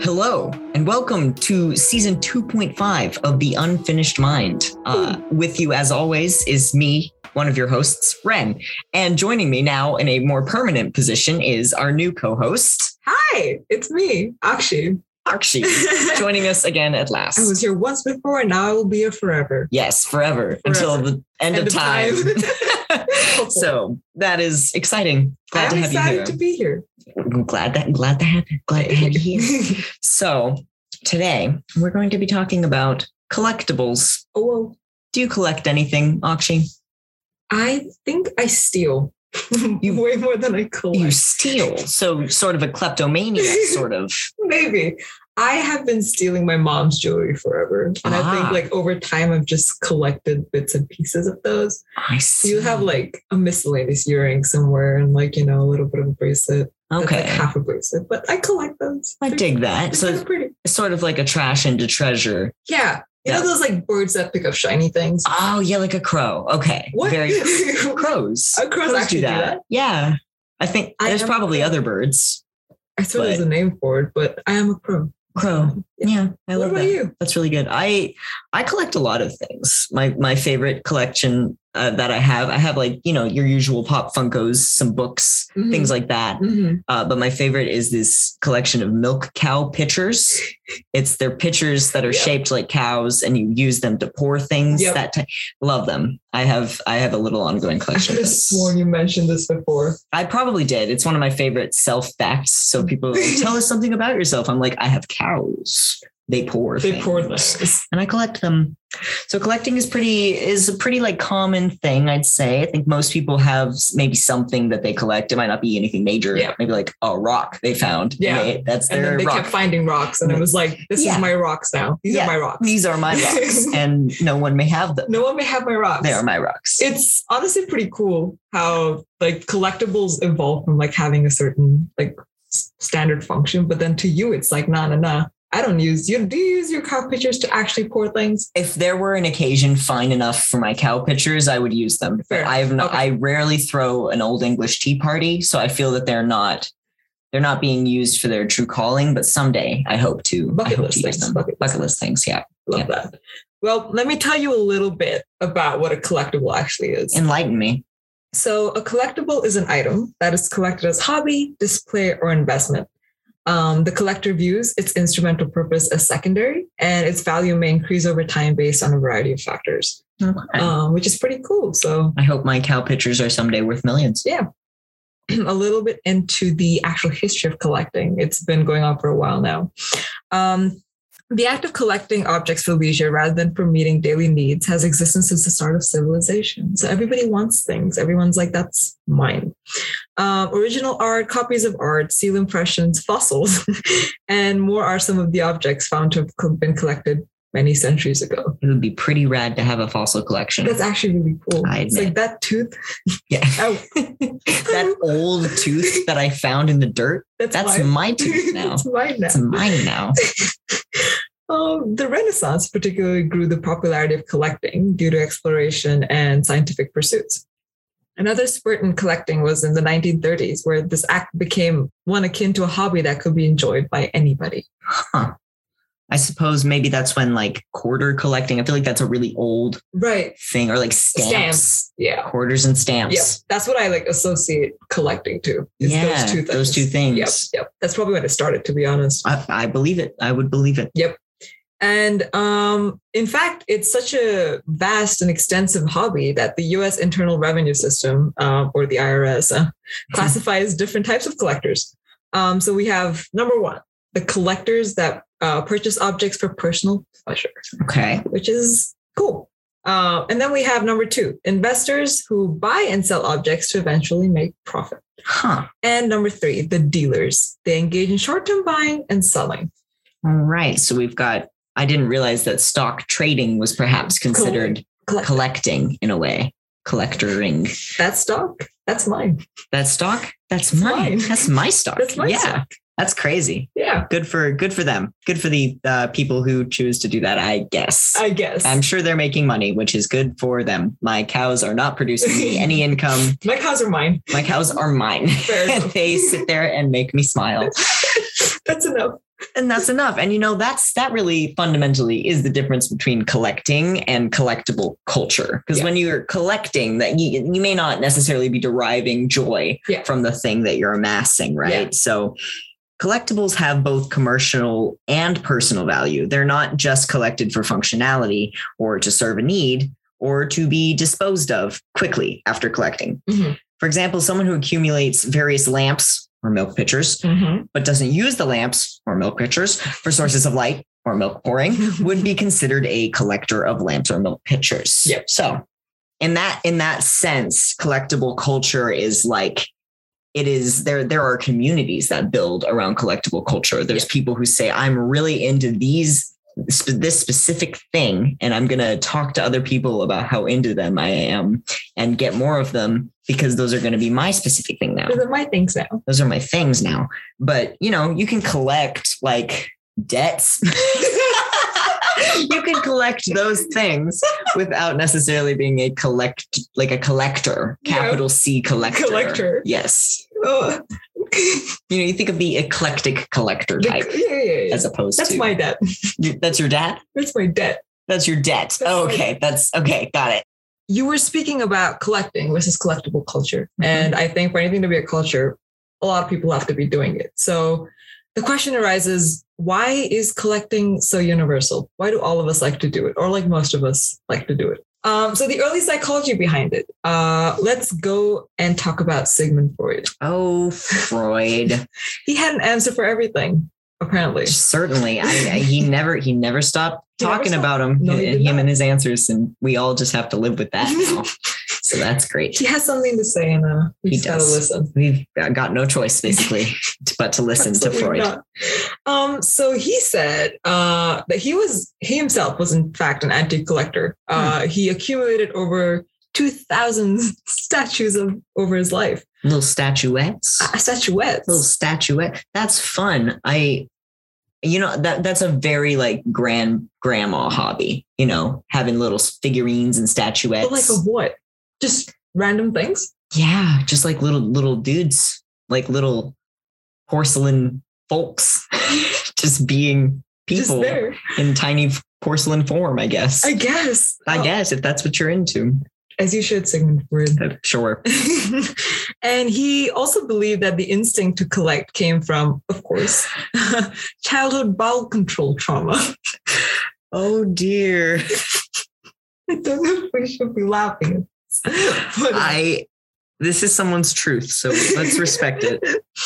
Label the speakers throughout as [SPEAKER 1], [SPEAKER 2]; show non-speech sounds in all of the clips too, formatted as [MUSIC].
[SPEAKER 1] Hello, and welcome to season 2.5 of The Unfinished Mind. Uh, with you, as always, is me, one of your hosts, Ren. And joining me now in a more permanent position is our new co host,
[SPEAKER 2] Hi, it's me, Akshi.
[SPEAKER 1] Akshi,
[SPEAKER 2] [LAUGHS] I
[SPEAKER 1] joining us again at last.
[SPEAKER 2] was here once before and now I will be here forever.
[SPEAKER 1] Yes, forever, until
[SPEAKER 2] Forever.
[SPEAKER 1] the end, of, time.
[SPEAKER 2] [LAUGHS]
[SPEAKER 1] [LAUGHS] so that is exciting. Glad
[SPEAKER 2] I'm
[SPEAKER 1] to have you
[SPEAKER 2] excited
[SPEAKER 1] here.
[SPEAKER 2] to be here.
[SPEAKER 1] I'm glad that glad to have glad to have you
[SPEAKER 2] [LAUGHS]
[SPEAKER 1] here. So today we're going to be talking about collectibles.
[SPEAKER 2] oh, well,
[SPEAKER 1] Do you collect anything, Akshi?
[SPEAKER 2] I think I steal [LAUGHS]
[SPEAKER 1] You-
[SPEAKER 2] way more than I collect.
[SPEAKER 1] You steal. So sort of a [LAUGHS] kleptomaniac, sort of.
[SPEAKER 2] Maybe. I have been stealing my mom's jewelry forever. And I
[SPEAKER 1] Ah.
[SPEAKER 2] think like over time I've just collected bits and pieces of those.
[SPEAKER 1] I
[SPEAKER 2] So
[SPEAKER 1] see.
[SPEAKER 2] you have like a miscellaneous earring somewhere and like, you know, a little bit of a bracelet. That's, Like
[SPEAKER 1] okay.
[SPEAKER 2] half a bracelet. But I collect those.
[SPEAKER 1] I dig that.
[SPEAKER 2] It's
[SPEAKER 1] So
[SPEAKER 2] kind
[SPEAKER 1] it's
[SPEAKER 2] of pretty.
[SPEAKER 1] sort of like a trash into treasure.
[SPEAKER 2] Yeah. You
[SPEAKER 1] Yeah.
[SPEAKER 2] know those like birds that pick up shiny things?
[SPEAKER 1] Oh yeah, like a crow. Okay.
[SPEAKER 2] What?
[SPEAKER 1] Very crows.
[SPEAKER 2] Oh, crows actually do that?
[SPEAKER 1] Yeah. I think
[SPEAKER 2] I
[SPEAKER 1] there's
[SPEAKER 2] am-
[SPEAKER 1] probably other birds.
[SPEAKER 2] I thought there was a name for it, but I am a pro.
[SPEAKER 1] Crow. Oh, Yeah. I
[SPEAKER 2] what
[SPEAKER 1] love
[SPEAKER 2] about
[SPEAKER 1] that.
[SPEAKER 2] you?
[SPEAKER 1] That's really good. I I collect a lot of things. My my favorite collection uh, that I have, I have like you know your usual pop Funkos, some books,
[SPEAKER 2] Mhm.
[SPEAKER 1] things like that.
[SPEAKER 2] Mhm.
[SPEAKER 1] Uh, but my favorite is this collection of milk cow pitchers. It's their pitchers that are
[SPEAKER 2] Yep.
[SPEAKER 1] shaped like cows, and you use them to pour things.
[SPEAKER 2] Yep.
[SPEAKER 1] That ti- love them. I have I have a little ongoing
[SPEAKER 2] I
[SPEAKER 1] collection.
[SPEAKER 2] should
[SPEAKER 1] of
[SPEAKER 2] have
[SPEAKER 1] this.
[SPEAKER 2] sworn you mentioned this before.
[SPEAKER 1] I probably did. It's one of my favorite self facts. So
[SPEAKER 2] [LAUGHS]
[SPEAKER 1] people are like, tell us something about yourself. I'm like, I have cows. They pour.
[SPEAKER 2] They poured
[SPEAKER 1] things."
[SPEAKER 2] things.
[SPEAKER 1] and I collect them. So collecting is pretty is a pretty like common thing, I'd say. I think most people have s- maybe something that they collect. It might not be anything major.
[SPEAKER 2] Yeah.
[SPEAKER 1] Maybe like a rock they found. and
[SPEAKER 2] Yeah.
[SPEAKER 1] they- that's
[SPEAKER 2] And
[SPEAKER 1] their
[SPEAKER 2] then they
[SPEAKER 1] rock.
[SPEAKER 2] kept finding rocks, and it was like, this
[SPEAKER 1] Yeah.
[SPEAKER 2] is my rocks now. These
[SPEAKER 1] Yeah.
[SPEAKER 2] are my rocks.
[SPEAKER 1] These are my rocks,
[SPEAKER 2] [LAUGHS]
[SPEAKER 1] and no one may have them.
[SPEAKER 2] no one may have my rocks.
[SPEAKER 1] They are my rocks.
[SPEAKER 2] it's honestly pretty cool how like collectibles evolve from like having a certain like s- standard function, but then to you it's like nah nah nah. I don't use you. Do you use your cow pictures to actually pour things?
[SPEAKER 1] if there were an occasion fine enough for my cow pictures, I would use them. But
[SPEAKER 2] Fair.
[SPEAKER 1] I've not,
[SPEAKER 2] Okay.
[SPEAKER 1] I rarely throw an old English tea party, so I feel that they're not they're not being used for their true calling. But someday I hope to I
[SPEAKER 2] Bucket
[SPEAKER 1] hope
[SPEAKER 2] list
[SPEAKER 1] to use
[SPEAKER 2] things,
[SPEAKER 1] them.
[SPEAKER 2] bucket list
[SPEAKER 1] things, yeah.
[SPEAKER 2] Love that. Well, let me tell you a little bit about what a collectible actually is.
[SPEAKER 1] Enlighten me.
[SPEAKER 2] So, a collectible is an item that is collected as hobby, display, or investment. Um, the collector views its instrumental purpose as secondary, and its value may increase over time based on a variety of factors, um, which is pretty cool. So,
[SPEAKER 1] I hope my cow pictures are someday worth millions.
[SPEAKER 2] a little bit into the actual history of collecting. It's been going on for a while now. Um, the act of collecting objects for leisure rather than for meeting daily needs has existed since the start of civilization. So everybody wants things. Everyone's like, that's mine. Um, original art, copies of art, seal impressions, fossils, [LAUGHS] and more are some of the objects found to have co- been collected many centuries ago.
[SPEAKER 1] It would be pretty rad to have a fossil collection.
[SPEAKER 2] That's actually really cool.
[SPEAKER 1] I
[SPEAKER 2] It's like that tooth.
[SPEAKER 1] yeah.
[SPEAKER 2] Oh,
[SPEAKER 1] [LAUGHS] that old tooth that I found in the dirt,
[SPEAKER 2] [LAUGHS] that's,
[SPEAKER 1] that's
[SPEAKER 2] mine.
[SPEAKER 1] my
[SPEAKER 2] [LAUGHS]
[SPEAKER 1] tooth now.
[SPEAKER 2] that's mine now.
[SPEAKER 1] It's mine now.
[SPEAKER 2] Um, the Renaissance particularly grew the popularity of collecting due to exploration and scientific pursuits. Another spurt in collecting was in the 1930s, where this act became one akin to a hobby that could be enjoyed by anybody.
[SPEAKER 1] I suppose maybe that's when like quarter collecting. I feel like that's a really old
[SPEAKER 2] Right.
[SPEAKER 1] thing, or like stamps,
[SPEAKER 2] Stamps. Yeah.
[SPEAKER 1] quarters and
[SPEAKER 2] Yep.
[SPEAKER 1] stamps.
[SPEAKER 2] That's what I like associate collecting to. is
[SPEAKER 1] Yeah,
[SPEAKER 2] Those two things.
[SPEAKER 1] those two things.
[SPEAKER 2] Yep. Yep. That's probably when it started, to be honest.
[SPEAKER 1] I, I believe it. I would believe it.
[SPEAKER 2] And um, in fact, it's such a vast and extensive hobby that the US Internal Revenue System, uh, or the IRS, uh, classifies different types of collectors. Um, so we have number one, the collectors that uh, purchase objects for personal pleasure,
[SPEAKER 1] Okay.
[SPEAKER 2] which is cool. Uh, and then we have number two, investors who buy and sell objects to eventually make profit.
[SPEAKER 1] Huh.
[SPEAKER 2] And number three, the dealers. They engage in short term buying and selling.
[SPEAKER 1] All right. So we've got. I didn't realize that stock trading was perhaps considered
[SPEAKER 2] Collect-
[SPEAKER 1] collecting in a way. Collectoring.
[SPEAKER 2] that stock, that's mine.
[SPEAKER 1] That stock. That's
[SPEAKER 2] It's
[SPEAKER 1] mine.
[SPEAKER 2] mine.
[SPEAKER 1] That's my stock.
[SPEAKER 2] That's my
[SPEAKER 1] yeah.
[SPEAKER 2] stock.
[SPEAKER 1] That's crazy.
[SPEAKER 2] Yeah,
[SPEAKER 1] Good for good for them. Good for the uh, people who choose to do that. I guess.
[SPEAKER 2] I guess.
[SPEAKER 1] I'm sure they're making money, which is good for them. My cows are not producing me
[SPEAKER 2] [LAUGHS]
[SPEAKER 1] any income.
[SPEAKER 2] My cows are mine. [LAUGHS]
[SPEAKER 1] My cows are mine. [LAUGHS]
[SPEAKER 2] Fair enough.
[SPEAKER 1] they sit there and make me smile.
[SPEAKER 2] That's enough.
[SPEAKER 1] and that's enough and you know that's that really fundamentally is the difference between collecting and collectible culture because
[SPEAKER 2] Yeah.
[SPEAKER 1] when you're collecting that you, you may not necessarily be deriving joy
[SPEAKER 2] Yeah.
[SPEAKER 1] from the thing that you're amassing right
[SPEAKER 2] Yeah.
[SPEAKER 1] so collectibles have both commercial and personal value they're not just collected for functionality or to serve a need or to be disposed of quickly after collecting
[SPEAKER 2] Mhm.
[SPEAKER 1] for example someone who accumulates various lamps or milk pitchers
[SPEAKER 2] Mhm.
[SPEAKER 1] but doesn't use the lamps or milk pitchers for sources of light or milk pouring would be considered a collector of lamps or milk pitchers.
[SPEAKER 2] Yep.
[SPEAKER 1] So in that in that sense, collectible culture is like it is there there are communities that build around collectible culture. There's people who say, I'm really into these sp- this specific thing and I'm going to talk to other people about how into them I am and get more of them because those are going to be my specific thing now
[SPEAKER 2] Those are my things now.
[SPEAKER 1] those are my things now. But you know, you can collect like debts. you can collect those things without necessarily being a collect like a collector,
[SPEAKER 2] Yeah.
[SPEAKER 1] capital C collector.
[SPEAKER 2] Collector.
[SPEAKER 1] Yes.
[SPEAKER 2] Oh.
[SPEAKER 1] You know, you think of the eclectic collector
[SPEAKER 2] yeah,
[SPEAKER 1] type
[SPEAKER 2] yeah, yeah, yeah.
[SPEAKER 1] as opposed
[SPEAKER 2] That's
[SPEAKER 1] to
[SPEAKER 2] my debt.
[SPEAKER 1] you- that's your dad?
[SPEAKER 2] That's my debt.
[SPEAKER 1] That's your debt.
[SPEAKER 2] That's
[SPEAKER 1] Oh,
[SPEAKER 2] my-
[SPEAKER 1] okay. That's okay, got it.
[SPEAKER 2] You were speaking about collecting versus collectible culture.
[SPEAKER 1] Mhm.
[SPEAKER 2] And I think for anything to be a culture, a lot of people have to be doing it. So the question arises why is collecting so universal? Why do all of us like to do it, or like most of us like to do it? Um, so the early psychology behind it. Uh, let's go and talk about Sigmund Freud.
[SPEAKER 1] Oh, Freud.
[SPEAKER 2] He had an answer for everything, apparently.
[SPEAKER 1] Certainly, I, I- he never he never stopped
[SPEAKER 2] He never
[SPEAKER 1] talking
[SPEAKER 2] stopped.
[SPEAKER 1] about him
[SPEAKER 2] No, he
[SPEAKER 1] and
[SPEAKER 2] did
[SPEAKER 1] him
[SPEAKER 2] not.
[SPEAKER 1] and his answers, and we all just have to live with that
[SPEAKER 2] [LAUGHS]
[SPEAKER 1] now. so that's great.
[SPEAKER 2] He has something to say, and uh, we
[SPEAKER 1] He
[SPEAKER 2] just gotta
[SPEAKER 1] does.
[SPEAKER 2] listen.
[SPEAKER 1] We've uh, got no choice basically t- but to listen to
[SPEAKER 2] Absolutely
[SPEAKER 1] Freud.
[SPEAKER 2] not. Um, so he said uh, that he was he himself was in fact an antique collector.
[SPEAKER 1] Hmm.
[SPEAKER 2] Uh, He accumulated over two thousand [LAUGHS] statues of over his life,
[SPEAKER 1] Little statuettes,
[SPEAKER 2] uh,
[SPEAKER 1] little
[SPEAKER 2] statuettes.
[SPEAKER 1] statuette. That's fun. I, you know that that's a very like grand grandma hobby. You know, having little figurines and statuettes.
[SPEAKER 2] But like of what? Just random things.
[SPEAKER 1] yeah, just like little little dudes, like little porcelain folks, [LAUGHS] just being
[SPEAKER 2] Just
[SPEAKER 1] people
[SPEAKER 2] there,
[SPEAKER 1] in tiny porcelain form. I guess.
[SPEAKER 2] I
[SPEAKER 1] I,
[SPEAKER 2] guess. Oh,
[SPEAKER 1] guess if that's what you're into,
[SPEAKER 2] as you should, Sigmund Freud.
[SPEAKER 1] Uh, sure.
[SPEAKER 2] [LAUGHS] and he also believed that the instinct to collect came from, of course, [LAUGHS] childhood bowel control trauma. [LAUGHS]
[SPEAKER 1] Oh dear.
[SPEAKER 2] I don't know if we should be laughing. But-
[SPEAKER 1] I this is someone's truth, so let's respect it.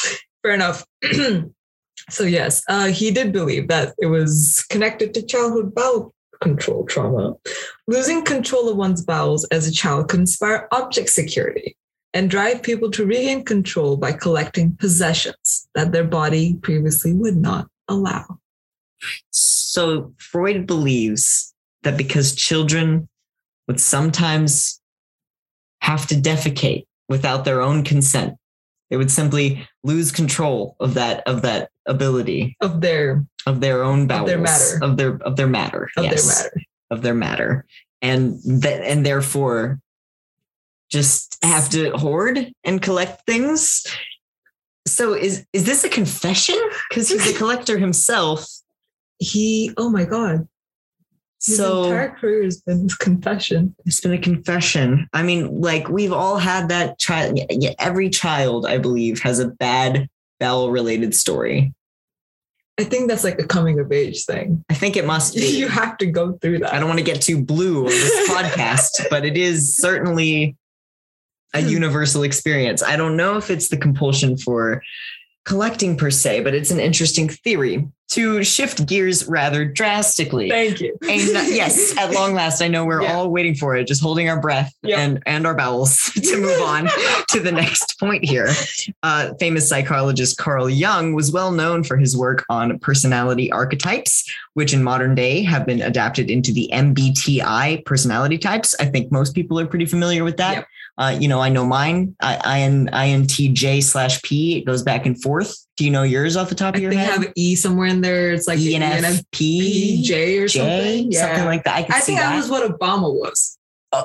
[SPEAKER 2] [LAUGHS] Fair enough. [CLEARS THROAT] so yes, uh, he did believe that it was connected to childhood bowel control trauma. Losing control of one's bowels as a child can inspire object security and drive people to regain control by collecting possessions that their body previously would not allow.
[SPEAKER 1] So Freud believes that because children would sometimes have to defecate without their own consent, they would simply lose control of that of that ability
[SPEAKER 2] Of their
[SPEAKER 1] of their own bowels
[SPEAKER 2] Of their matter.
[SPEAKER 1] of their of their matter
[SPEAKER 2] of
[SPEAKER 1] yes,
[SPEAKER 2] their matter.
[SPEAKER 1] of their matter and that and therefore just have to hoard and collect things so is is this a confession because he's
[SPEAKER 2] [LAUGHS]
[SPEAKER 1] a collector himself
[SPEAKER 2] He oh my god. His
[SPEAKER 1] so
[SPEAKER 2] entire career has been his confession.
[SPEAKER 1] it's been a confession i mean like we've all had that child yeah, yeah, every child i believe has a bad bowel related story
[SPEAKER 2] I think that's like a coming of age thing. [LAUGHS]
[SPEAKER 1] i think it must be
[SPEAKER 2] You have to go through that.
[SPEAKER 1] I don't want to get too blue on
[SPEAKER 2] [LAUGHS]
[SPEAKER 1] this podcast, but it is certainly a
[SPEAKER 2] Hmm.
[SPEAKER 1] universal experience. I don't know if it's the compulsion for collecting per se, but it's an interesting theory to shift gears rather drastically.
[SPEAKER 2] Thank you.
[SPEAKER 1] And uh,
[SPEAKER 2] [LAUGHS]
[SPEAKER 1] yes, at long last, I know we're
[SPEAKER 2] Yeah.
[SPEAKER 1] all waiting for it, just holding our breath
[SPEAKER 2] Yeah.
[SPEAKER 1] and, and our bowels [LAUGHS] to move on to the next point here. Uh, famous psychologist Carl Jung was well known for his work on personality archetypes, which in modern day have been adapted into the MBTI personality types. I think most people are pretty familiar with that.
[SPEAKER 2] Yep.
[SPEAKER 1] Uh, you know, I know mine. I, IN, INTJ slash P. It goes back and forth. Do you know yours off the top
[SPEAKER 2] I
[SPEAKER 1] of your
[SPEAKER 2] think I
[SPEAKER 1] head? E
[SPEAKER 2] have an E somewhere in there. It's like E the
[SPEAKER 1] ENFP,
[SPEAKER 2] ENFJ
[SPEAKER 1] J,
[SPEAKER 2] or something. Yeah.
[SPEAKER 1] something like that. I can
[SPEAKER 2] I
[SPEAKER 1] see
[SPEAKER 2] think
[SPEAKER 1] that.
[SPEAKER 2] I was what Obama was.
[SPEAKER 1] Oh.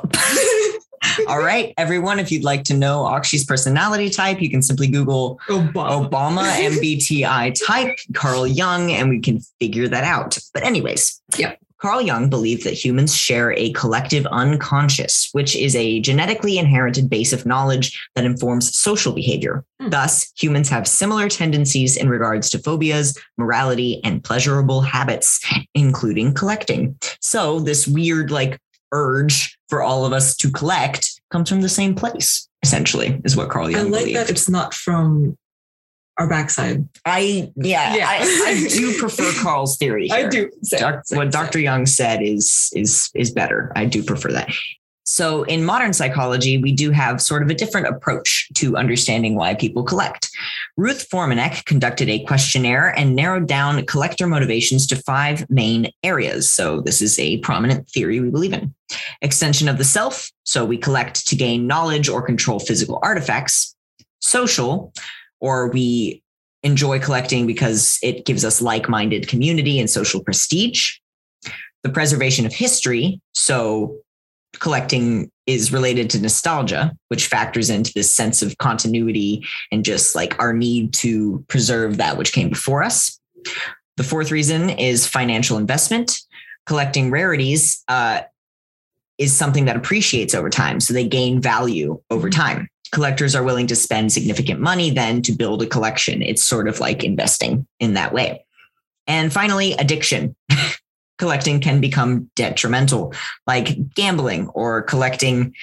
[SPEAKER 1] [LAUGHS] All right, everyone, if you'd like to know Akshi's personality type, you can simply Google
[SPEAKER 2] [LAUGHS] Obama.
[SPEAKER 1] Obama
[SPEAKER 2] [LAUGHS]
[SPEAKER 1] MBTI type, Carl Jung, and we can figure that out. But, anyways,
[SPEAKER 2] Yep.
[SPEAKER 1] Carl Jung believed that humans share a collective unconscious, which is a genetically inherited base of knowledge that informs social behavior.
[SPEAKER 2] Hmm.
[SPEAKER 1] Thus, humans have similar tendencies in regards to phobias, morality, and pleasurable habits, including collecting. So, this weird, like, urge for all of us to collect comes from the same place, essentially, is what Carl
[SPEAKER 2] I
[SPEAKER 1] Jung
[SPEAKER 2] like
[SPEAKER 1] believed.
[SPEAKER 2] that it's not from our backside.
[SPEAKER 1] I yeah,
[SPEAKER 2] Yeah.
[SPEAKER 1] I, I
[SPEAKER 2] [LAUGHS]
[SPEAKER 1] do prefer Carl's theory. Here.
[SPEAKER 2] do.
[SPEAKER 1] Doc- what Dr. Young said is is is better. I do prefer that. So in modern psychology, we do have sort of a different approach to understanding why people collect. Ruth Formanek conducted a questionnaire and narrowed down collector motivations to five main areas. So this is a prominent theory we believe in. Extension of the self, so we collect to gain knowledge or control physical artifacts. Social, or we enjoy collecting because it gives us like minded community and social prestige. The preservation of history. So, collecting is related to nostalgia, which factors into this sense of continuity and just like our need to preserve that which came before us. The fourth reason is financial investment. Collecting rarities uh, is something that appreciates over time. So, they gain value over time collectors are willing to spend significant money then to build a collection. It's sort of like investing in that way. And finally, addiction. [LAUGHS] collecting can become detrimental, like gambling or collecting,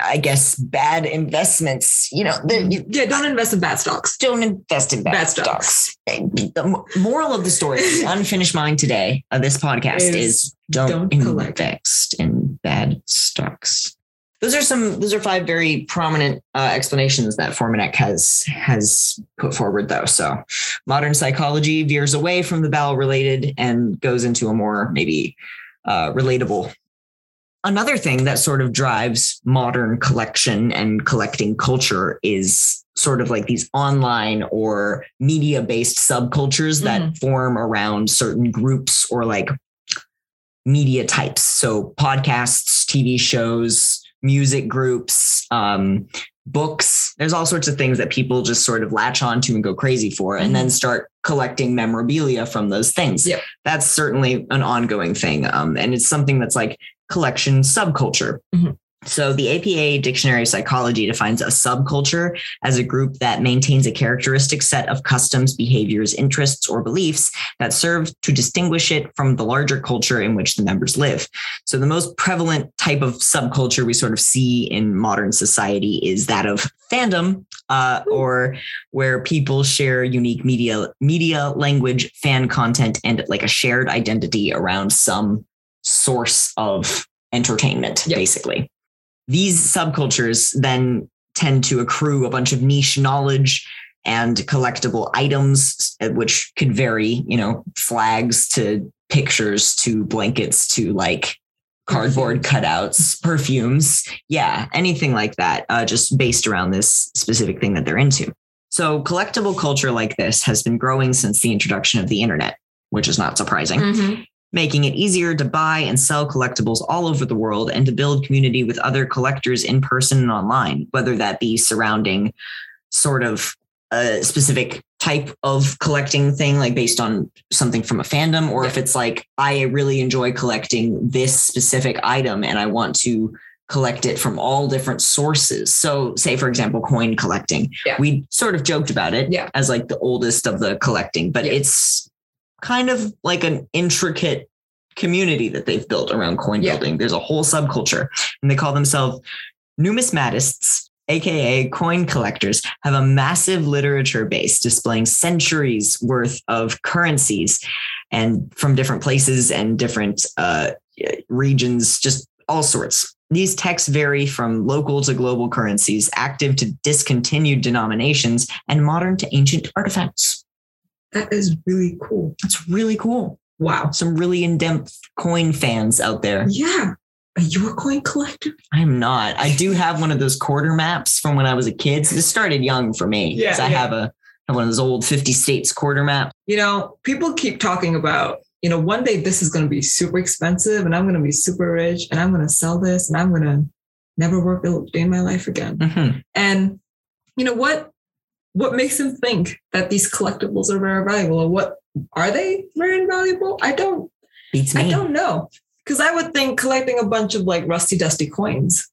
[SPEAKER 1] I guess, bad investments. You know, the, you
[SPEAKER 2] Yeah, don't invest in bad stocks.
[SPEAKER 1] don't invest in bad,
[SPEAKER 2] Bad
[SPEAKER 1] stocks. The mo- moral of the
[SPEAKER 2] [LAUGHS]
[SPEAKER 1] story, the unfinished mind today of this podcast
[SPEAKER 2] Is
[SPEAKER 1] is, don't,
[SPEAKER 2] don't collect.
[SPEAKER 1] invest in bad stocks. Those are some. Those are five very prominent uh, explanations that Formanek has has put forward, though. So, modern psychology veers away from the bowel related and goes into a more maybe uh, relatable. Another thing that sort of drives modern collection and collecting culture is sort of like these online or media based subcultures that form around certain groups or like media types. So podcasts, TV shows, music groups, um, books. There's all sorts of things that people just sort of latch onto and go crazy for, and then start collecting memorabilia from those things.
[SPEAKER 2] Yep.
[SPEAKER 1] That's certainly an ongoing thing. Um, and it's something that's like collection subculture.
[SPEAKER 2] Mhm.
[SPEAKER 1] So, the APA Dictionary of Psychology defines a subculture as a group that maintains a characteristic set of customs, behaviors, interests, or beliefs that serve to distinguish it from the larger culture in which the members live. So, the most prevalent type of subculture we sort of see in modern society is that of fandom, uh, or where people share unique media, media language, fan content, and like a shared identity around some source of entertainment,
[SPEAKER 2] Yep.
[SPEAKER 1] basically. These subcultures then tend to accrue a bunch of niche knowledge and collectible items, uh, which could vary, you know, flags to pictures to blankets to like cardboard cutouts, perfumes, yeah, anything like that, uh, just based around this specific thing that they're into. So, collectible culture like this has been growing since the introduction of the internet, which is not surprising making it easier to buy and sell collectibles all over the world and to build community with other collectors in person and online, whether that be surrounding sort of a specific type of collecting thing, like based on something from a fandom, or if it's like, I really enjoy collecting this specific item and I want to collect it from all different sources. So, say, for example, coin collecting.
[SPEAKER 2] Yeah.
[SPEAKER 1] We sort of joked about it
[SPEAKER 2] Yeah.
[SPEAKER 1] as like the oldest of the collecting, but
[SPEAKER 2] Yeah.
[SPEAKER 1] it's kind of like an intricate community that they've built around coin
[SPEAKER 2] Yeah.
[SPEAKER 1] building. There's a whole subculture, and they call themselves numismatists, aka coin collectors, have a massive literature base displaying centuries worth of currencies and from different places and different uh, regions, just all sorts. These texts vary from local to global currencies, active to discontinued denominations, and modern to ancient artifacts.
[SPEAKER 2] That is really cool.
[SPEAKER 1] That's really cool
[SPEAKER 2] Wow.
[SPEAKER 1] some really in-depth coin fans out there.
[SPEAKER 2] Yeah. Are you a coin collector?
[SPEAKER 1] I'm not. I do have one of those quarter maps from when I was a kid. So this started young for me.
[SPEAKER 2] Yeah,
[SPEAKER 1] 'cause I
[SPEAKER 2] yeah.
[SPEAKER 1] have a have one of those old 50 states quarter map.
[SPEAKER 2] You know, people keep talking about, you know, one day this is going to be super expensive and I'm going to be super rich and I'm going to sell this and I'm going to never work a day in my life again.
[SPEAKER 1] Mhm.
[SPEAKER 2] And you know what? What makes him think that these collectibles are very valuable? Or what are they very invaluable? I don't
[SPEAKER 1] Beats me.
[SPEAKER 2] I don't know. Because I would think collecting a bunch of like rusty dusty coins.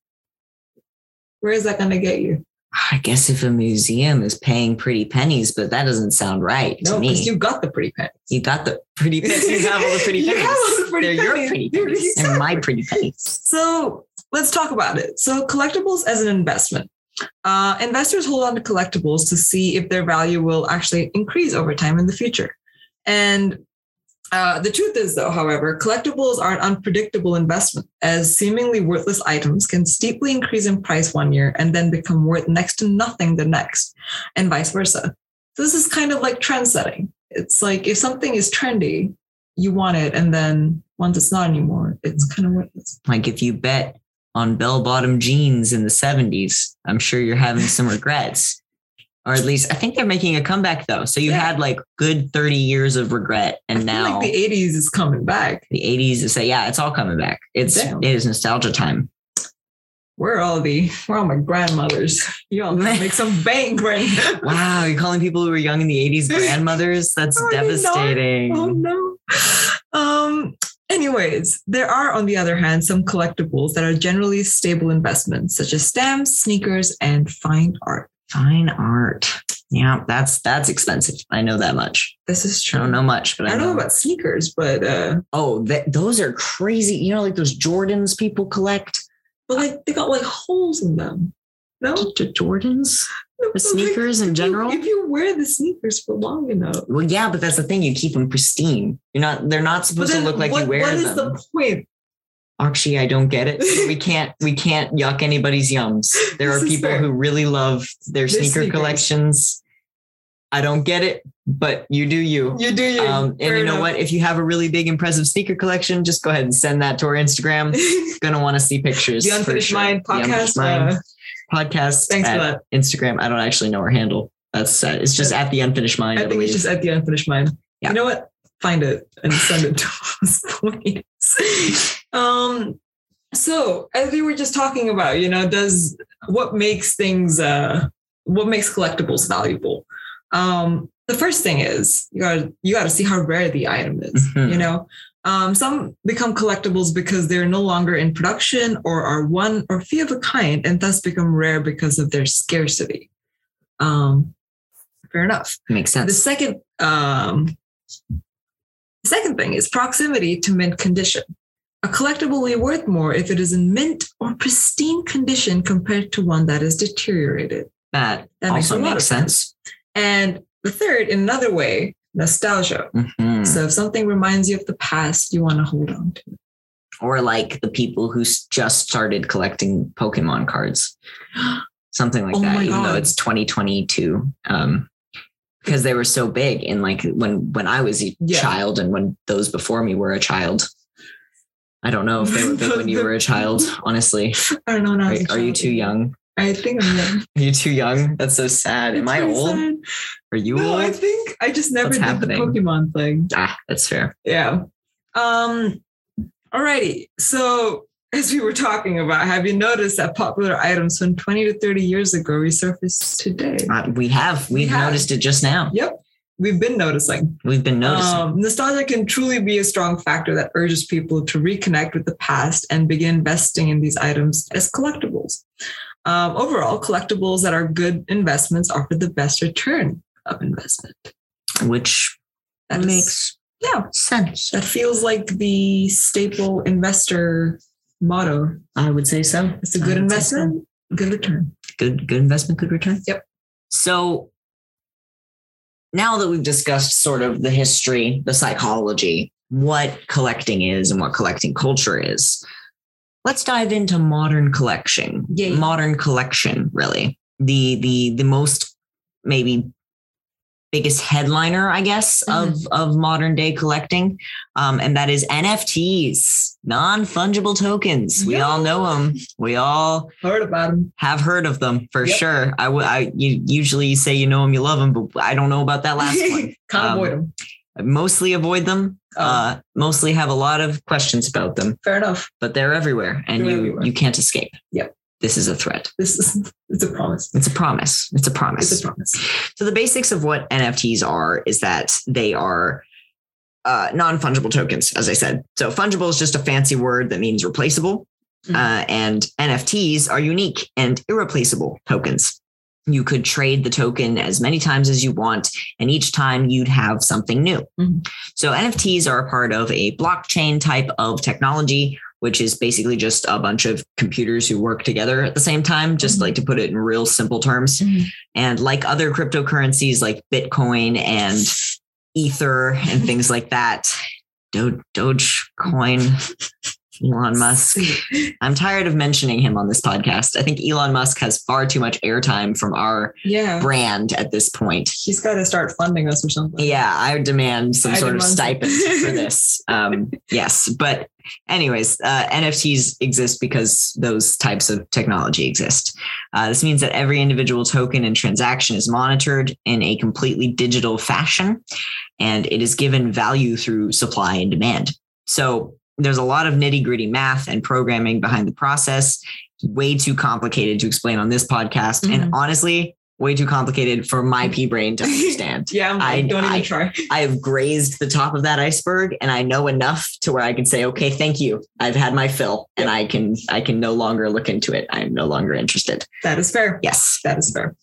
[SPEAKER 2] Where is that gonna get you?
[SPEAKER 1] I guess if a museum is paying pretty pennies, but that doesn't sound right to
[SPEAKER 2] No,
[SPEAKER 1] me.
[SPEAKER 2] because you got the pretty pennies.
[SPEAKER 1] You got the pretty pennies. [LAUGHS] You have all the pretty
[SPEAKER 2] You
[SPEAKER 1] pennies.
[SPEAKER 2] have all the pretty
[SPEAKER 1] They're your
[SPEAKER 2] pennies.
[SPEAKER 1] pretty
[SPEAKER 2] They're
[SPEAKER 1] pennies. They're my pretty pennies.
[SPEAKER 2] So let's talk about it. So collectibles as an investment. Uh, investors hold on to collectibles to see if their value will actually increase over time in the future. And uh, the truth is, though, however, collectibles are an unpredictable investment, as seemingly worthless items can steeply increase in price one year and then become worth next to nothing the next, and vice versa. So this is kind of like trend setting. It's like if something is trendy, you want it, and then once it's not anymore, it's kind of worthless.
[SPEAKER 1] Like if you bet on bell bottom jeans in the 70s, I'm sure you're having
[SPEAKER 2] [LAUGHS]
[SPEAKER 1] some regrets. Or at least I think they're making a comeback though. So you
[SPEAKER 2] Yeah.
[SPEAKER 1] had like good 30 years of regret
[SPEAKER 2] I
[SPEAKER 1] and
[SPEAKER 2] feel
[SPEAKER 1] now
[SPEAKER 2] like the 80s is coming back.
[SPEAKER 1] the 80s is say, yeah, it's all coming back. It's
[SPEAKER 2] Damn.
[SPEAKER 1] it is nostalgia time.
[SPEAKER 2] Where are all the where are all my grandmothers? You
[SPEAKER 1] [LAUGHS]
[SPEAKER 2] all gotta make some bank right now.
[SPEAKER 1] Wow, you're calling people who were young in the 80s grandmothers?
[SPEAKER 2] [LAUGHS]
[SPEAKER 1] That's
[SPEAKER 2] Oh, you know.
[SPEAKER 1] devastating.
[SPEAKER 2] Oh no. Um anyways, there are on the other hand some collectibles that are generally stable investments such as stamps, sneakers and fine art.
[SPEAKER 1] Fine art. Yeah, that's that's expensive. I know that much.
[SPEAKER 2] This is
[SPEAKER 1] I
[SPEAKER 2] true.
[SPEAKER 1] don't know much, but
[SPEAKER 2] I
[SPEAKER 1] I,
[SPEAKER 2] don't know about sneakers, but uh
[SPEAKER 1] Oh, that, those are crazy. You know, like those Jordans people collect.
[SPEAKER 2] but like they got like holes in them. No?
[SPEAKER 1] The Jordans, the
[SPEAKER 2] Like,
[SPEAKER 1] sneakers in
[SPEAKER 2] if you-
[SPEAKER 1] general.
[SPEAKER 2] If [LAUGHS] you wear the sneakers for long enough,
[SPEAKER 1] Well, yeah, but that's the thing. You keep them pristine. You're not. They're not supposed to
[SPEAKER 2] then
[SPEAKER 1] look like
[SPEAKER 2] what,
[SPEAKER 1] you wear
[SPEAKER 2] what
[SPEAKER 1] them.
[SPEAKER 2] is the point?
[SPEAKER 1] Actually, I don't
[SPEAKER 2] [LAUGHS]
[SPEAKER 1] get it. But we can't. We can't yuck anybody's yums. There
[SPEAKER 2] This
[SPEAKER 1] are
[SPEAKER 2] is
[SPEAKER 1] people
[SPEAKER 2] fair.
[SPEAKER 1] who really love their
[SPEAKER 2] Their
[SPEAKER 1] sneaker
[SPEAKER 2] sneakers.
[SPEAKER 1] collections. I don't get it, but you do you.
[SPEAKER 2] You do you.
[SPEAKER 1] Um, and
[SPEAKER 2] Fair
[SPEAKER 1] you know
[SPEAKER 2] enough.
[SPEAKER 1] what? If you have a really big, impressive sneaker collection, just go ahead and send that to our
[SPEAKER 2] [LAUGHS]
[SPEAKER 1] Instagram.
[SPEAKER 2] the
[SPEAKER 1] Gonna want to see pictures. for
[SPEAKER 2] Unfinished
[SPEAKER 1] sure.
[SPEAKER 2] Mind
[SPEAKER 1] The Unfinished
[SPEAKER 2] podcast.
[SPEAKER 1] Mind.
[SPEAKER 2] uh,
[SPEAKER 1] podcast
[SPEAKER 2] thanks
[SPEAKER 1] at
[SPEAKER 2] for that.
[SPEAKER 1] Instagram. I don't actually know her handle. That's uh, it's just at the unfinished mind. I,
[SPEAKER 2] I think it's
[SPEAKER 1] believe.
[SPEAKER 2] just at the Unfinished Mind.
[SPEAKER 1] Yeah.
[SPEAKER 2] You know what? Find it and send [LAUGHS] it to us, please. Um, so as we were just talking about, you know, does what makes things uh what makes collectibles valuable? Um, the first thing is you gotta you gotta see how rare the item is.
[SPEAKER 1] Mhm.
[SPEAKER 2] you know um, some become collectibles because they're no longer in production or are one or few of a kind and thus become rare because of their scarcity um, fair enough
[SPEAKER 1] makes
[SPEAKER 2] the
[SPEAKER 1] sense.
[SPEAKER 2] second um, the second thing is proximity to mint condition a collectible will be worth more if it is in mint or pristine condition compared to one that is deteriorated
[SPEAKER 1] That,
[SPEAKER 2] that makes
[SPEAKER 1] also
[SPEAKER 2] a lot
[SPEAKER 1] makes
[SPEAKER 2] of
[SPEAKER 1] sense.
[SPEAKER 2] and the third in another way nostalgia
[SPEAKER 1] Mhm.
[SPEAKER 2] so if something reminds you of the past, you want to hold on to.
[SPEAKER 1] Or like the people who s- just started collecting Pokemon cards, [GASPS] something like
[SPEAKER 2] Oh
[SPEAKER 1] that.
[SPEAKER 2] my
[SPEAKER 1] Even though
[SPEAKER 2] God.
[SPEAKER 1] it's 2022, um, because they were so big in like when when I was a
[SPEAKER 2] Yeah.
[SPEAKER 1] child and when those before me were a child. I don't know if they
[SPEAKER 2] [LAUGHS]
[SPEAKER 1] were big when you were a child. Honestly,
[SPEAKER 2] I don't know. When I
[SPEAKER 1] are,
[SPEAKER 2] was a
[SPEAKER 1] are you
[SPEAKER 2] child.
[SPEAKER 1] too young?
[SPEAKER 2] I think I'm young.
[SPEAKER 1] Are you too young? That's so sad. [LAUGHS] Am
[SPEAKER 2] It's
[SPEAKER 1] I
[SPEAKER 2] very
[SPEAKER 1] old?
[SPEAKER 2] sad.
[SPEAKER 1] Are you
[SPEAKER 2] No,
[SPEAKER 1] old?
[SPEAKER 2] I think I just never
[SPEAKER 1] What's
[SPEAKER 2] did
[SPEAKER 1] happening?
[SPEAKER 2] the Pokemon thing.
[SPEAKER 1] ah, that's fair.
[SPEAKER 2] Yeah. Um. Alrighty. So as we were talking about, have you noticed that popular items from 20 to 30 years ago resurface today?
[SPEAKER 1] Uh, we have.
[SPEAKER 2] We
[SPEAKER 1] We've
[SPEAKER 2] have.
[SPEAKER 1] noticed it just now.
[SPEAKER 2] Yep. We've been noticing.
[SPEAKER 1] We've been noticing.
[SPEAKER 2] Um, nostalgia can truly be a strong factor that urges people to reconnect with the past and begin investing in these items as collectibles. Um, overall, collectibles that are good investments offer the best return of investment.
[SPEAKER 1] which
[SPEAKER 2] That is-
[SPEAKER 1] makes
[SPEAKER 2] yeah,
[SPEAKER 1] sense.
[SPEAKER 2] that feels like the staple investor motto.
[SPEAKER 1] I would say so.
[SPEAKER 2] It's a
[SPEAKER 1] I
[SPEAKER 2] good
[SPEAKER 1] would say so.
[SPEAKER 2] investment, good return.
[SPEAKER 1] Good good investment, good return.
[SPEAKER 2] Yep.
[SPEAKER 1] So now that we've discussed sort of the history, the psychology, what collecting is and what collecting culture is, let's dive into modern collection.
[SPEAKER 2] Yay.
[SPEAKER 1] Modern collection, really. The the the most maybe biggest headliner, I guess,
[SPEAKER 2] Mm-hmm.
[SPEAKER 1] of of modern day collecting, um, and that is NFTs, non fungible tokens. We all know them. We all
[SPEAKER 2] Heard about them.
[SPEAKER 1] have heard of them for
[SPEAKER 2] Yep.
[SPEAKER 1] sure. I would. I you usually you say you know them, you love them, but I don't know about that last
[SPEAKER 2] [LAUGHS]
[SPEAKER 1] one.
[SPEAKER 2] Can't
[SPEAKER 1] Um,
[SPEAKER 2] avoid them.
[SPEAKER 1] I mostly avoid them.
[SPEAKER 2] Oh.
[SPEAKER 1] Uh, mostly have a lot of questions about them,
[SPEAKER 2] Fair enough.
[SPEAKER 1] but they're everywhere, and
[SPEAKER 2] They're
[SPEAKER 1] you
[SPEAKER 2] everywhere.
[SPEAKER 1] you can't escape.
[SPEAKER 2] Yep.
[SPEAKER 1] Th- This is a threat.
[SPEAKER 2] This is it's a promise.
[SPEAKER 1] It's a promise. It's a promise.
[SPEAKER 2] It's a promise.
[SPEAKER 1] So the basics of what NFTs are is that they are uh, non-fungible tokens, as I said. So fungible is just a fancy word that means replaceable,
[SPEAKER 2] Mhm.
[SPEAKER 1] uh, and NFTs are unique and irreplaceable tokens. You could trade the token as many times as you want, and each time you'd have something new.
[SPEAKER 2] Mhm.
[SPEAKER 1] So NFTs are a part of a blockchain type of technology. Which is basically just a bunch of computers who work together at the same time, just
[SPEAKER 2] Mhm.
[SPEAKER 1] like to put it in real simple terms. And like other cryptocurrencies like Bitcoin and Ether and things like that, Do- Dogecoin, Elon Musk. I'm tired of mentioning him on this podcast. I think Elon Musk has far too much airtime from our
[SPEAKER 2] Yeah.
[SPEAKER 1] brand at this point.
[SPEAKER 2] He's got to start funding us or something.
[SPEAKER 1] Yeah, I demand some
[SPEAKER 2] I
[SPEAKER 1] sort of
[SPEAKER 2] demand-
[SPEAKER 1] stipend
[SPEAKER 2] [LAUGHS]
[SPEAKER 1] for this. Um, yes, but anyways, uh, NFTs exist because those types of technology exist. Uh, this means that every individual token and transaction is monitored in a completely digital fashion, and it is given value through supply and demand. So there's a lot of nitty gritty math and programming behind the process. Way too complicated to explain on this podcast,
[SPEAKER 2] Mhm.
[SPEAKER 1] and honestly, way too complicated for
[SPEAKER 2] [LAUGHS]
[SPEAKER 1] my pea brain to understand.
[SPEAKER 2] Yeah. I'm like,
[SPEAKER 1] I-
[SPEAKER 2] don't
[SPEAKER 1] I-
[SPEAKER 2] even try.
[SPEAKER 1] I have grazed the top of that iceberg and I know enough to where I can say, okay, thank you. I've had my fill and I can I can no longer look into it. I'm no longer interested.
[SPEAKER 2] That is fair.
[SPEAKER 1] Yes.
[SPEAKER 2] That is fair.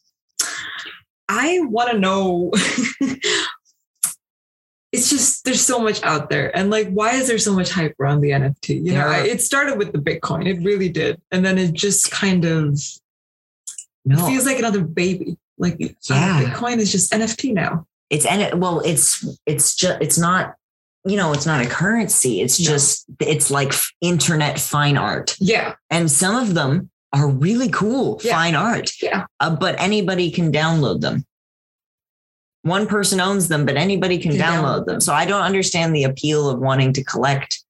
[SPEAKER 2] I want to know. [LAUGHS] it's just there's so much out there, and like, why is there so much hype around the NFT? You know,
[SPEAKER 1] There are-
[SPEAKER 2] I, it started with the Bitcoin. It really did, and then it just kind of
[SPEAKER 1] No.
[SPEAKER 2] feels like another baby. Like, uh,
[SPEAKER 1] Yeah.
[SPEAKER 2] Bitcoin is just NFT now.
[SPEAKER 1] It's and it, well, it's it's just it's not, you know, it's not a currency. It's
[SPEAKER 2] No.
[SPEAKER 1] just it's like f- internet fine art.
[SPEAKER 2] Yeah,
[SPEAKER 1] And some of them are really cool
[SPEAKER 2] Yeah.
[SPEAKER 1] fine art.
[SPEAKER 2] Yeah.
[SPEAKER 1] Uh, but anybody can download them. One person owns them, but anybody can
[SPEAKER 2] Can
[SPEAKER 1] download
[SPEAKER 2] download
[SPEAKER 1] them.
[SPEAKER 2] them.
[SPEAKER 1] So I don't understand the appeal of wanting to collect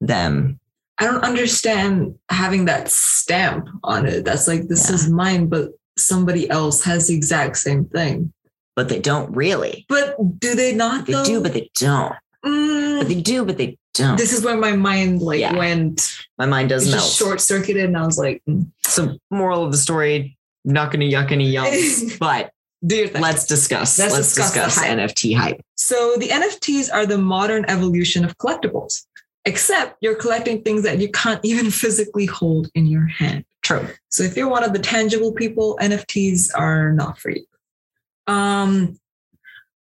[SPEAKER 1] them.
[SPEAKER 2] I don't understand having that stamp on it. That's like this
[SPEAKER 1] Yeah.
[SPEAKER 2] is mine, but somebody else has the exact same thing.
[SPEAKER 1] But they don't really.
[SPEAKER 2] But do they not?
[SPEAKER 1] They
[SPEAKER 2] Though?
[SPEAKER 1] do, but they don't.
[SPEAKER 2] Mm.
[SPEAKER 1] But they do, but they don't.
[SPEAKER 2] this is where my mind like
[SPEAKER 1] Yeah.
[SPEAKER 2] went
[SPEAKER 1] My mind
[SPEAKER 2] it's
[SPEAKER 1] does melt.
[SPEAKER 2] just short circuited and I was like, mm,
[SPEAKER 1] So moral of the story, not gonna yuck any yums, but
[SPEAKER 2] [LAUGHS] do your thing.
[SPEAKER 1] let's discuss. Let's,
[SPEAKER 2] Let's
[SPEAKER 1] discuss,
[SPEAKER 2] discuss the hype.
[SPEAKER 1] NFT hype.
[SPEAKER 2] so the NFTs are the modern evolution of collectibles, except you're collecting things that you can't even physically hold in your hand.
[SPEAKER 1] True.
[SPEAKER 2] So if you're one of the tangible people, NFTs are not for you. Um,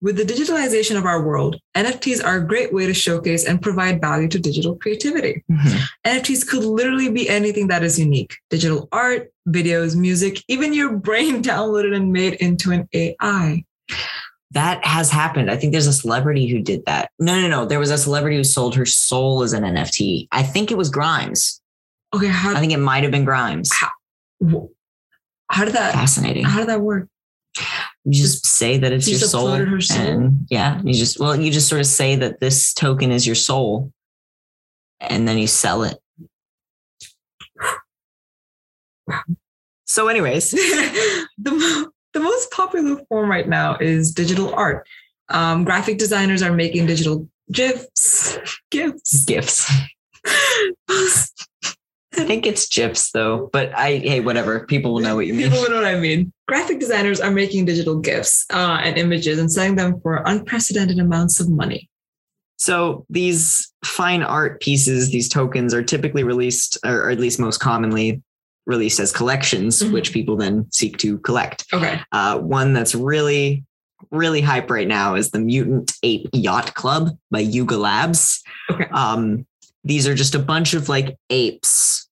[SPEAKER 2] with the digitalization of our world, NFTs are a great way to showcase and provide value to digital creativity.
[SPEAKER 1] Mm-hmm.
[SPEAKER 2] NFTs could literally be anything that is unique digital art, videos, music, even your [LAUGHS] brain downloaded and made into an AI.
[SPEAKER 1] That has happened. I think there's a celebrity who did that. No, no, no. There was a celebrity who sold her soul as an NFT. I think it was Grimes.
[SPEAKER 2] Okay, how,
[SPEAKER 1] I think it might have been Grimes.
[SPEAKER 2] wh- how did that
[SPEAKER 1] Fascinating.
[SPEAKER 2] how did that work?
[SPEAKER 1] You just say that it's
[SPEAKER 2] She
[SPEAKER 1] your
[SPEAKER 2] just
[SPEAKER 1] soul.
[SPEAKER 2] uploaded her soul.
[SPEAKER 1] And yeah, you just well, you just sort of say that this token is your soul, and then you sell it. So, anyways,
[SPEAKER 2] [LAUGHS] the, mo- the most popular form right now is digital art. Um, graphic designers are making digital gifs, gifs, [LAUGHS]
[SPEAKER 1] gifts.
[SPEAKER 2] posts.
[SPEAKER 1] I think it's GIFs though, but I hey, whatever. People will know what you mean.
[SPEAKER 2] People will know what I mean. Graphic designers are making digital gifs uh, and images and selling them for unprecedented amounts of money.
[SPEAKER 1] So these fine art pieces, these tokens are typically released, or at least most commonly released as collections,
[SPEAKER 2] Mhm.
[SPEAKER 1] which people then seek to collect.
[SPEAKER 2] Okay.
[SPEAKER 1] Uh, one that's really, really hype right now is the Mutant Ape Yacht Club by Yuga Labs.
[SPEAKER 2] Okay.
[SPEAKER 1] Um, these are just a bunch of like apes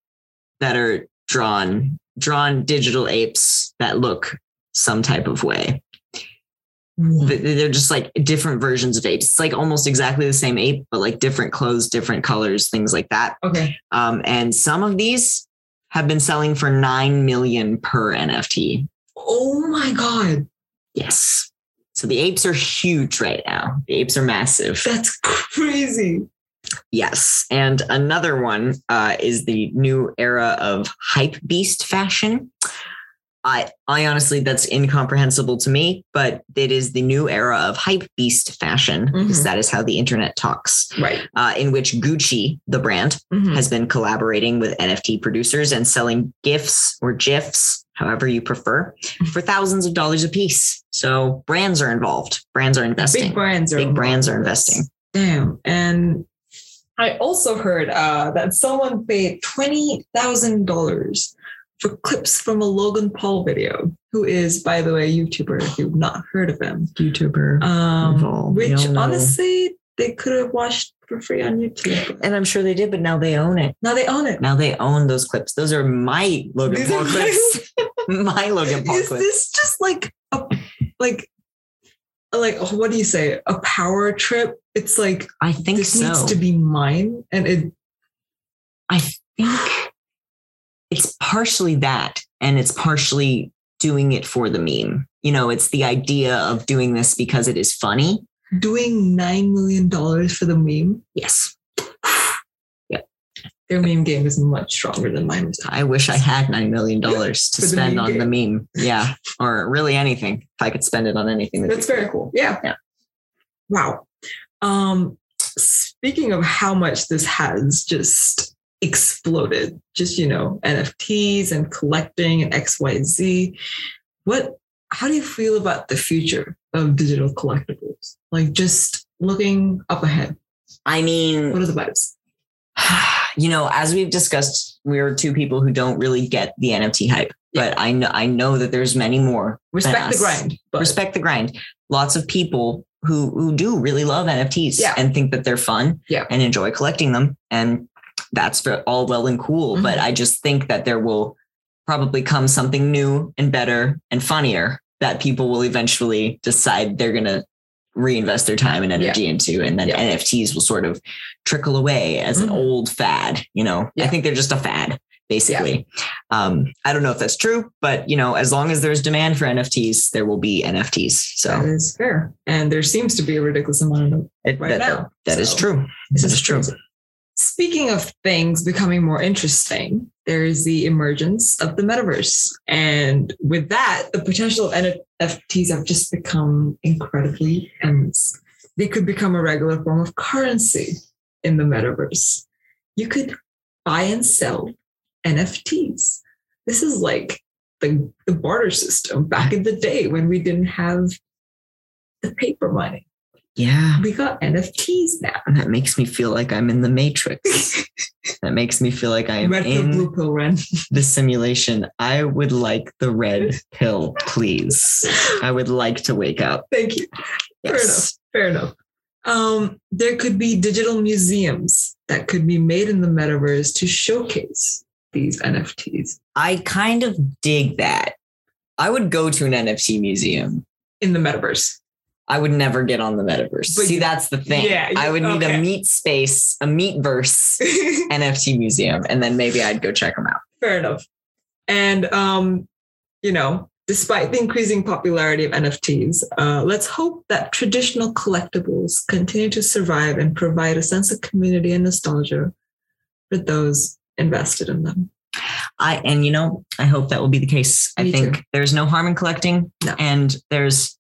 [SPEAKER 1] that are drawn, drawn digital apes that look some type of way. Th- they're just like different versions of apes. It's like almost exactly the same ape, but like different clothes, different colors, things like that.
[SPEAKER 2] Okay.
[SPEAKER 1] Um, and some of these have been selling for nine million per NFT.
[SPEAKER 2] Oh my God.
[SPEAKER 1] Yes. So the apes are huge right now. The apes are massive.
[SPEAKER 2] That's crazy.
[SPEAKER 1] Yes. And another one uh, is the new era of hype beast fashion. I, I honestly, that's incomprehensible to me, but it is the new era of hype beast fashion because
[SPEAKER 2] Mhm.
[SPEAKER 1] that is how the internet talks,
[SPEAKER 2] Right.
[SPEAKER 1] uh, in which Gucci, the brand,
[SPEAKER 2] Mhm.
[SPEAKER 1] has been collaborating with NFT producers and selling GIFs or GIFs, however you prefer,
[SPEAKER 2] Mm-hmm.
[SPEAKER 1] for thousands of dollars a piece. So brands are involved, brands are investing.
[SPEAKER 3] Big brands are
[SPEAKER 1] Big
[SPEAKER 3] involved
[SPEAKER 1] brands are
[SPEAKER 3] in this.
[SPEAKER 1] investing.
[SPEAKER 2] Damn. And I also heard uh, that someone paid $20,000 for clips from a Logan Paul video, who is, by the way, a YouTuber, if you've not heard of him.
[SPEAKER 1] YouTuber. Paul,
[SPEAKER 2] Um,
[SPEAKER 1] we
[SPEAKER 2] which
[SPEAKER 1] all know.
[SPEAKER 2] honestly, they could have watched for free on YouTube.
[SPEAKER 1] and I'm sure they did, but now they own it.
[SPEAKER 2] Now they own it.
[SPEAKER 1] Now they own those clips. Those are my Logan
[SPEAKER 2] These
[SPEAKER 1] Paul
[SPEAKER 2] are my- [LAUGHS]
[SPEAKER 1] clips. [LAUGHS] my Logan Paul
[SPEAKER 2] Is
[SPEAKER 1] clips.
[SPEAKER 2] this just like a like like what do you say? A power trip? It's like
[SPEAKER 1] I think
[SPEAKER 2] this
[SPEAKER 1] so.
[SPEAKER 2] needs to be mine, and it
[SPEAKER 1] I think it's partially that, and it's partially doing it for the meme. You know, it's the idea of doing this because it is funny.
[SPEAKER 2] doing nine million dollars for the meme.
[SPEAKER 1] Yes.
[SPEAKER 2] Their meme game is much stronger than mine.
[SPEAKER 1] I wish I had $9 million to
[SPEAKER 2] the
[SPEAKER 1] spend
[SPEAKER 2] meme
[SPEAKER 1] on the meme. Yeah. Or really anything. If I could spend it on anything. that'd be
[SPEAKER 2] That's very
[SPEAKER 1] great.
[SPEAKER 2] cool. Yeah.
[SPEAKER 1] Yeah.
[SPEAKER 2] Wow. Um, speaking of how much this has just exploded, just you know, NFTs and collecting and XYZ. What how do you feel about the future of digital collectibles? Like just looking up ahead.
[SPEAKER 1] I mean, [SIGHS]
[SPEAKER 2] What are the vibes?
[SPEAKER 1] you know, as we've discussed, we're two people who don't really get the NFT hype, but I know I know that there's many more. than
[SPEAKER 2] Respect the
[SPEAKER 1] us.
[SPEAKER 2] grind. But
[SPEAKER 1] Respect the grind. Lots of people who who do really love NFTs
[SPEAKER 2] Yeah.
[SPEAKER 1] and think that they're fun
[SPEAKER 2] Yeah.
[SPEAKER 1] and enjoy collecting them. And that's for all well and cool.
[SPEAKER 2] Mm-hmm.
[SPEAKER 1] But I just think that there will probably come something new and better and funnier that people will eventually decide they're gonna reinvest their time and energy into and then
[SPEAKER 2] Yeah.
[SPEAKER 1] nfts will sort of trickle away as an
[SPEAKER 2] Mhm.
[SPEAKER 1] old fad you know i
[SPEAKER 2] Yeah.
[SPEAKER 1] think they're just a fad basically um i don't know if that's true but you know as long as there's demand for nfts there will be nfts
[SPEAKER 2] that
[SPEAKER 1] so
[SPEAKER 2] is fair. And there seems to be a ridiculous amount of
[SPEAKER 1] it,
[SPEAKER 2] right
[SPEAKER 1] that,
[SPEAKER 2] now.
[SPEAKER 1] that is
[SPEAKER 2] So-
[SPEAKER 1] true
[SPEAKER 2] This
[SPEAKER 1] That
[SPEAKER 2] is
[SPEAKER 1] is true.
[SPEAKER 2] true. Speaking of things becoming more interesting, there is the emergence of the metaverse. And with that, the potential NFTs have just become incredibly endless. They could become a regular form of currency in the metaverse. You could buy and sell NFTs. This is like the, the barter system back in the day when we didn't have the paper money.
[SPEAKER 1] yeah
[SPEAKER 2] We got NFTs now.
[SPEAKER 1] that makes me feel like i'm in the [LAUGHS] matrix that makes me feel like i am
[SPEAKER 2] Red pill,
[SPEAKER 1] in
[SPEAKER 2] blue pill, Ren.
[SPEAKER 1] the simulation i would like the red pill [LAUGHS] please i would like to wake up
[SPEAKER 2] Thank you. Fair
[SPEAKER 1] yes
[SPEAKER 2] Fair enough. Um, there could be digital museums that could be made in the metaverse to showcase these NFTs
[SPEAKER 1] i kind of dig that i would go to an nft museum
[SPEAKER 2] in the metaverse. [LAUGHS]
[SPEAKER 1] I would never get on the metaverse.
[SPEAKER 2] But
[SPEAKER 1] See,
[SPEAKER 2] you-
[SPEAKER 1] that's the thing.
[SPEAKER 2] Yeah, you-
[SPEAKER 1] I would need
[SPEAKER 2] okay.
[SPEAKER 1] a meat space, a meat verse NFT museum, and then maybe I'd go check them out.
[SPEAKER 2] Fair enough. And um, you know, despite the increasing popularity of NFTs, uh, let's hope that traditional collectibles continue to survive and provide a sense of community and nostalgia for those invested in them.
[SPEAKER 1] I and you know, I hope that will be the case. I
[SPEAKER 2] Me
[SPEAKER 1] think
[SPEAKER 2] too.
[SPEAKER 1] there's no harm in collecting,
[SPEAKER 2] No.
[SPEAKER 1] and there's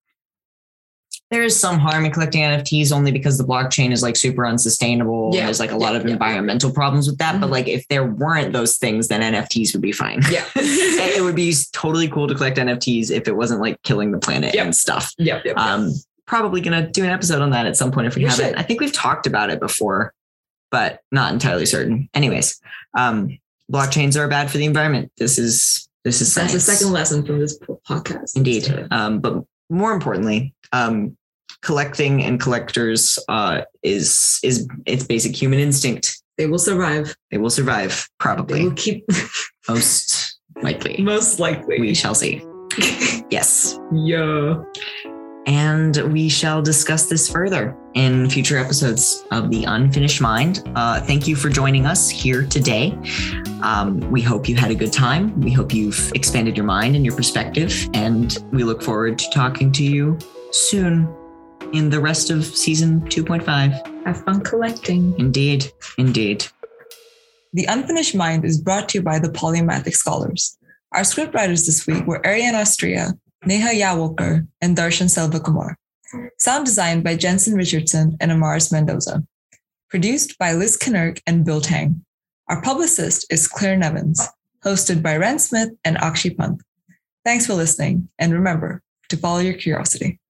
[SPEAKER 1] there is some harm in collecting NFTs only because the blockchain is like super unsustainable. and
[SPEAKER 2] Yeah,
[SPEAKER 1] There's like a
[SPEAKER 2] yeah,
[SPEAKER 1] lot of
[SPEAKER 2] yeah.
[SPEAKER 1] environmental problems with that. But
[SPEAKER 2] Mhm.
[SPEAKER 1] like, if there weren't those things, then NFTs would be fine. [LAUGHS]
[SPEAKER 2] [LAUGHS] Yeah.
[SPEAKER 1] it would be totally cool to collect NFTs if it wasn't like killing the planet
[SPEAKER 2] Yep.
[SPEAKER 1] and stuff.
[SPEAKER 2] yep, yep.
[SPEAKER 1] um probably gonna do an episode on that at some point if we,
[SPEAKER 2] We
[SPEAKER 1] haven't
[SPEAKER 2] should.
[SPEAKER 1] i think we've talked about it before but not entirely certain anyways um blockchains are bad for the environment this is this is
[SPEAKER 2] That's
[SPEAKER 1] science
[SPEAKER 2] the second lesson from this po- podcast.
[SPEAKER 1] indeed
[SPEAKER 2] So,
[SPEAKER 1] um but more importantly um collecting and collectors uh is is it's basic human instinct
[SPEAKER 2] They will survive.
[SPEAKER 1] they will survive
[SPEAKER 2] They will
[SPEAKER 1] probably
[SPEAKER 2] keep [LAUGHS]
[SPEAKER 1] most likely
[SPEAKER 2] most likely.
[SPEAKER 1] we shall see [LAUGHS] yes
[SPEAKER 2] Yeah.
[SPEAKER 1] and we shall discuss this further in future episodes of The Unfinished Mind. Uh, thank you for joining us here today. Um, we hope you had a good time. We hope you've expanded your mind and your perspective, and we look forward to talking to you soon in the rest of season 2.5.
[SPEAKER 2] Have fun collecting.
[SPEAKER 1] Indeed, indeed.
[SPEAKER 2] The Unfinished Mind is brought to you by the Polymathic Scholars. Our scriptwriters this week were Ariane Austria, Neha Yawalkar, and Darshan Selvakumar. Sound designed by Jensen Richardson and Amaris Mendoza. Produced by Liz Kinnerk and Bill Tang. Our publicist is Claire Nevins, hosted by Ren Smith and Akshi Pant. Thanks for listening, and remember to follow your curiosity.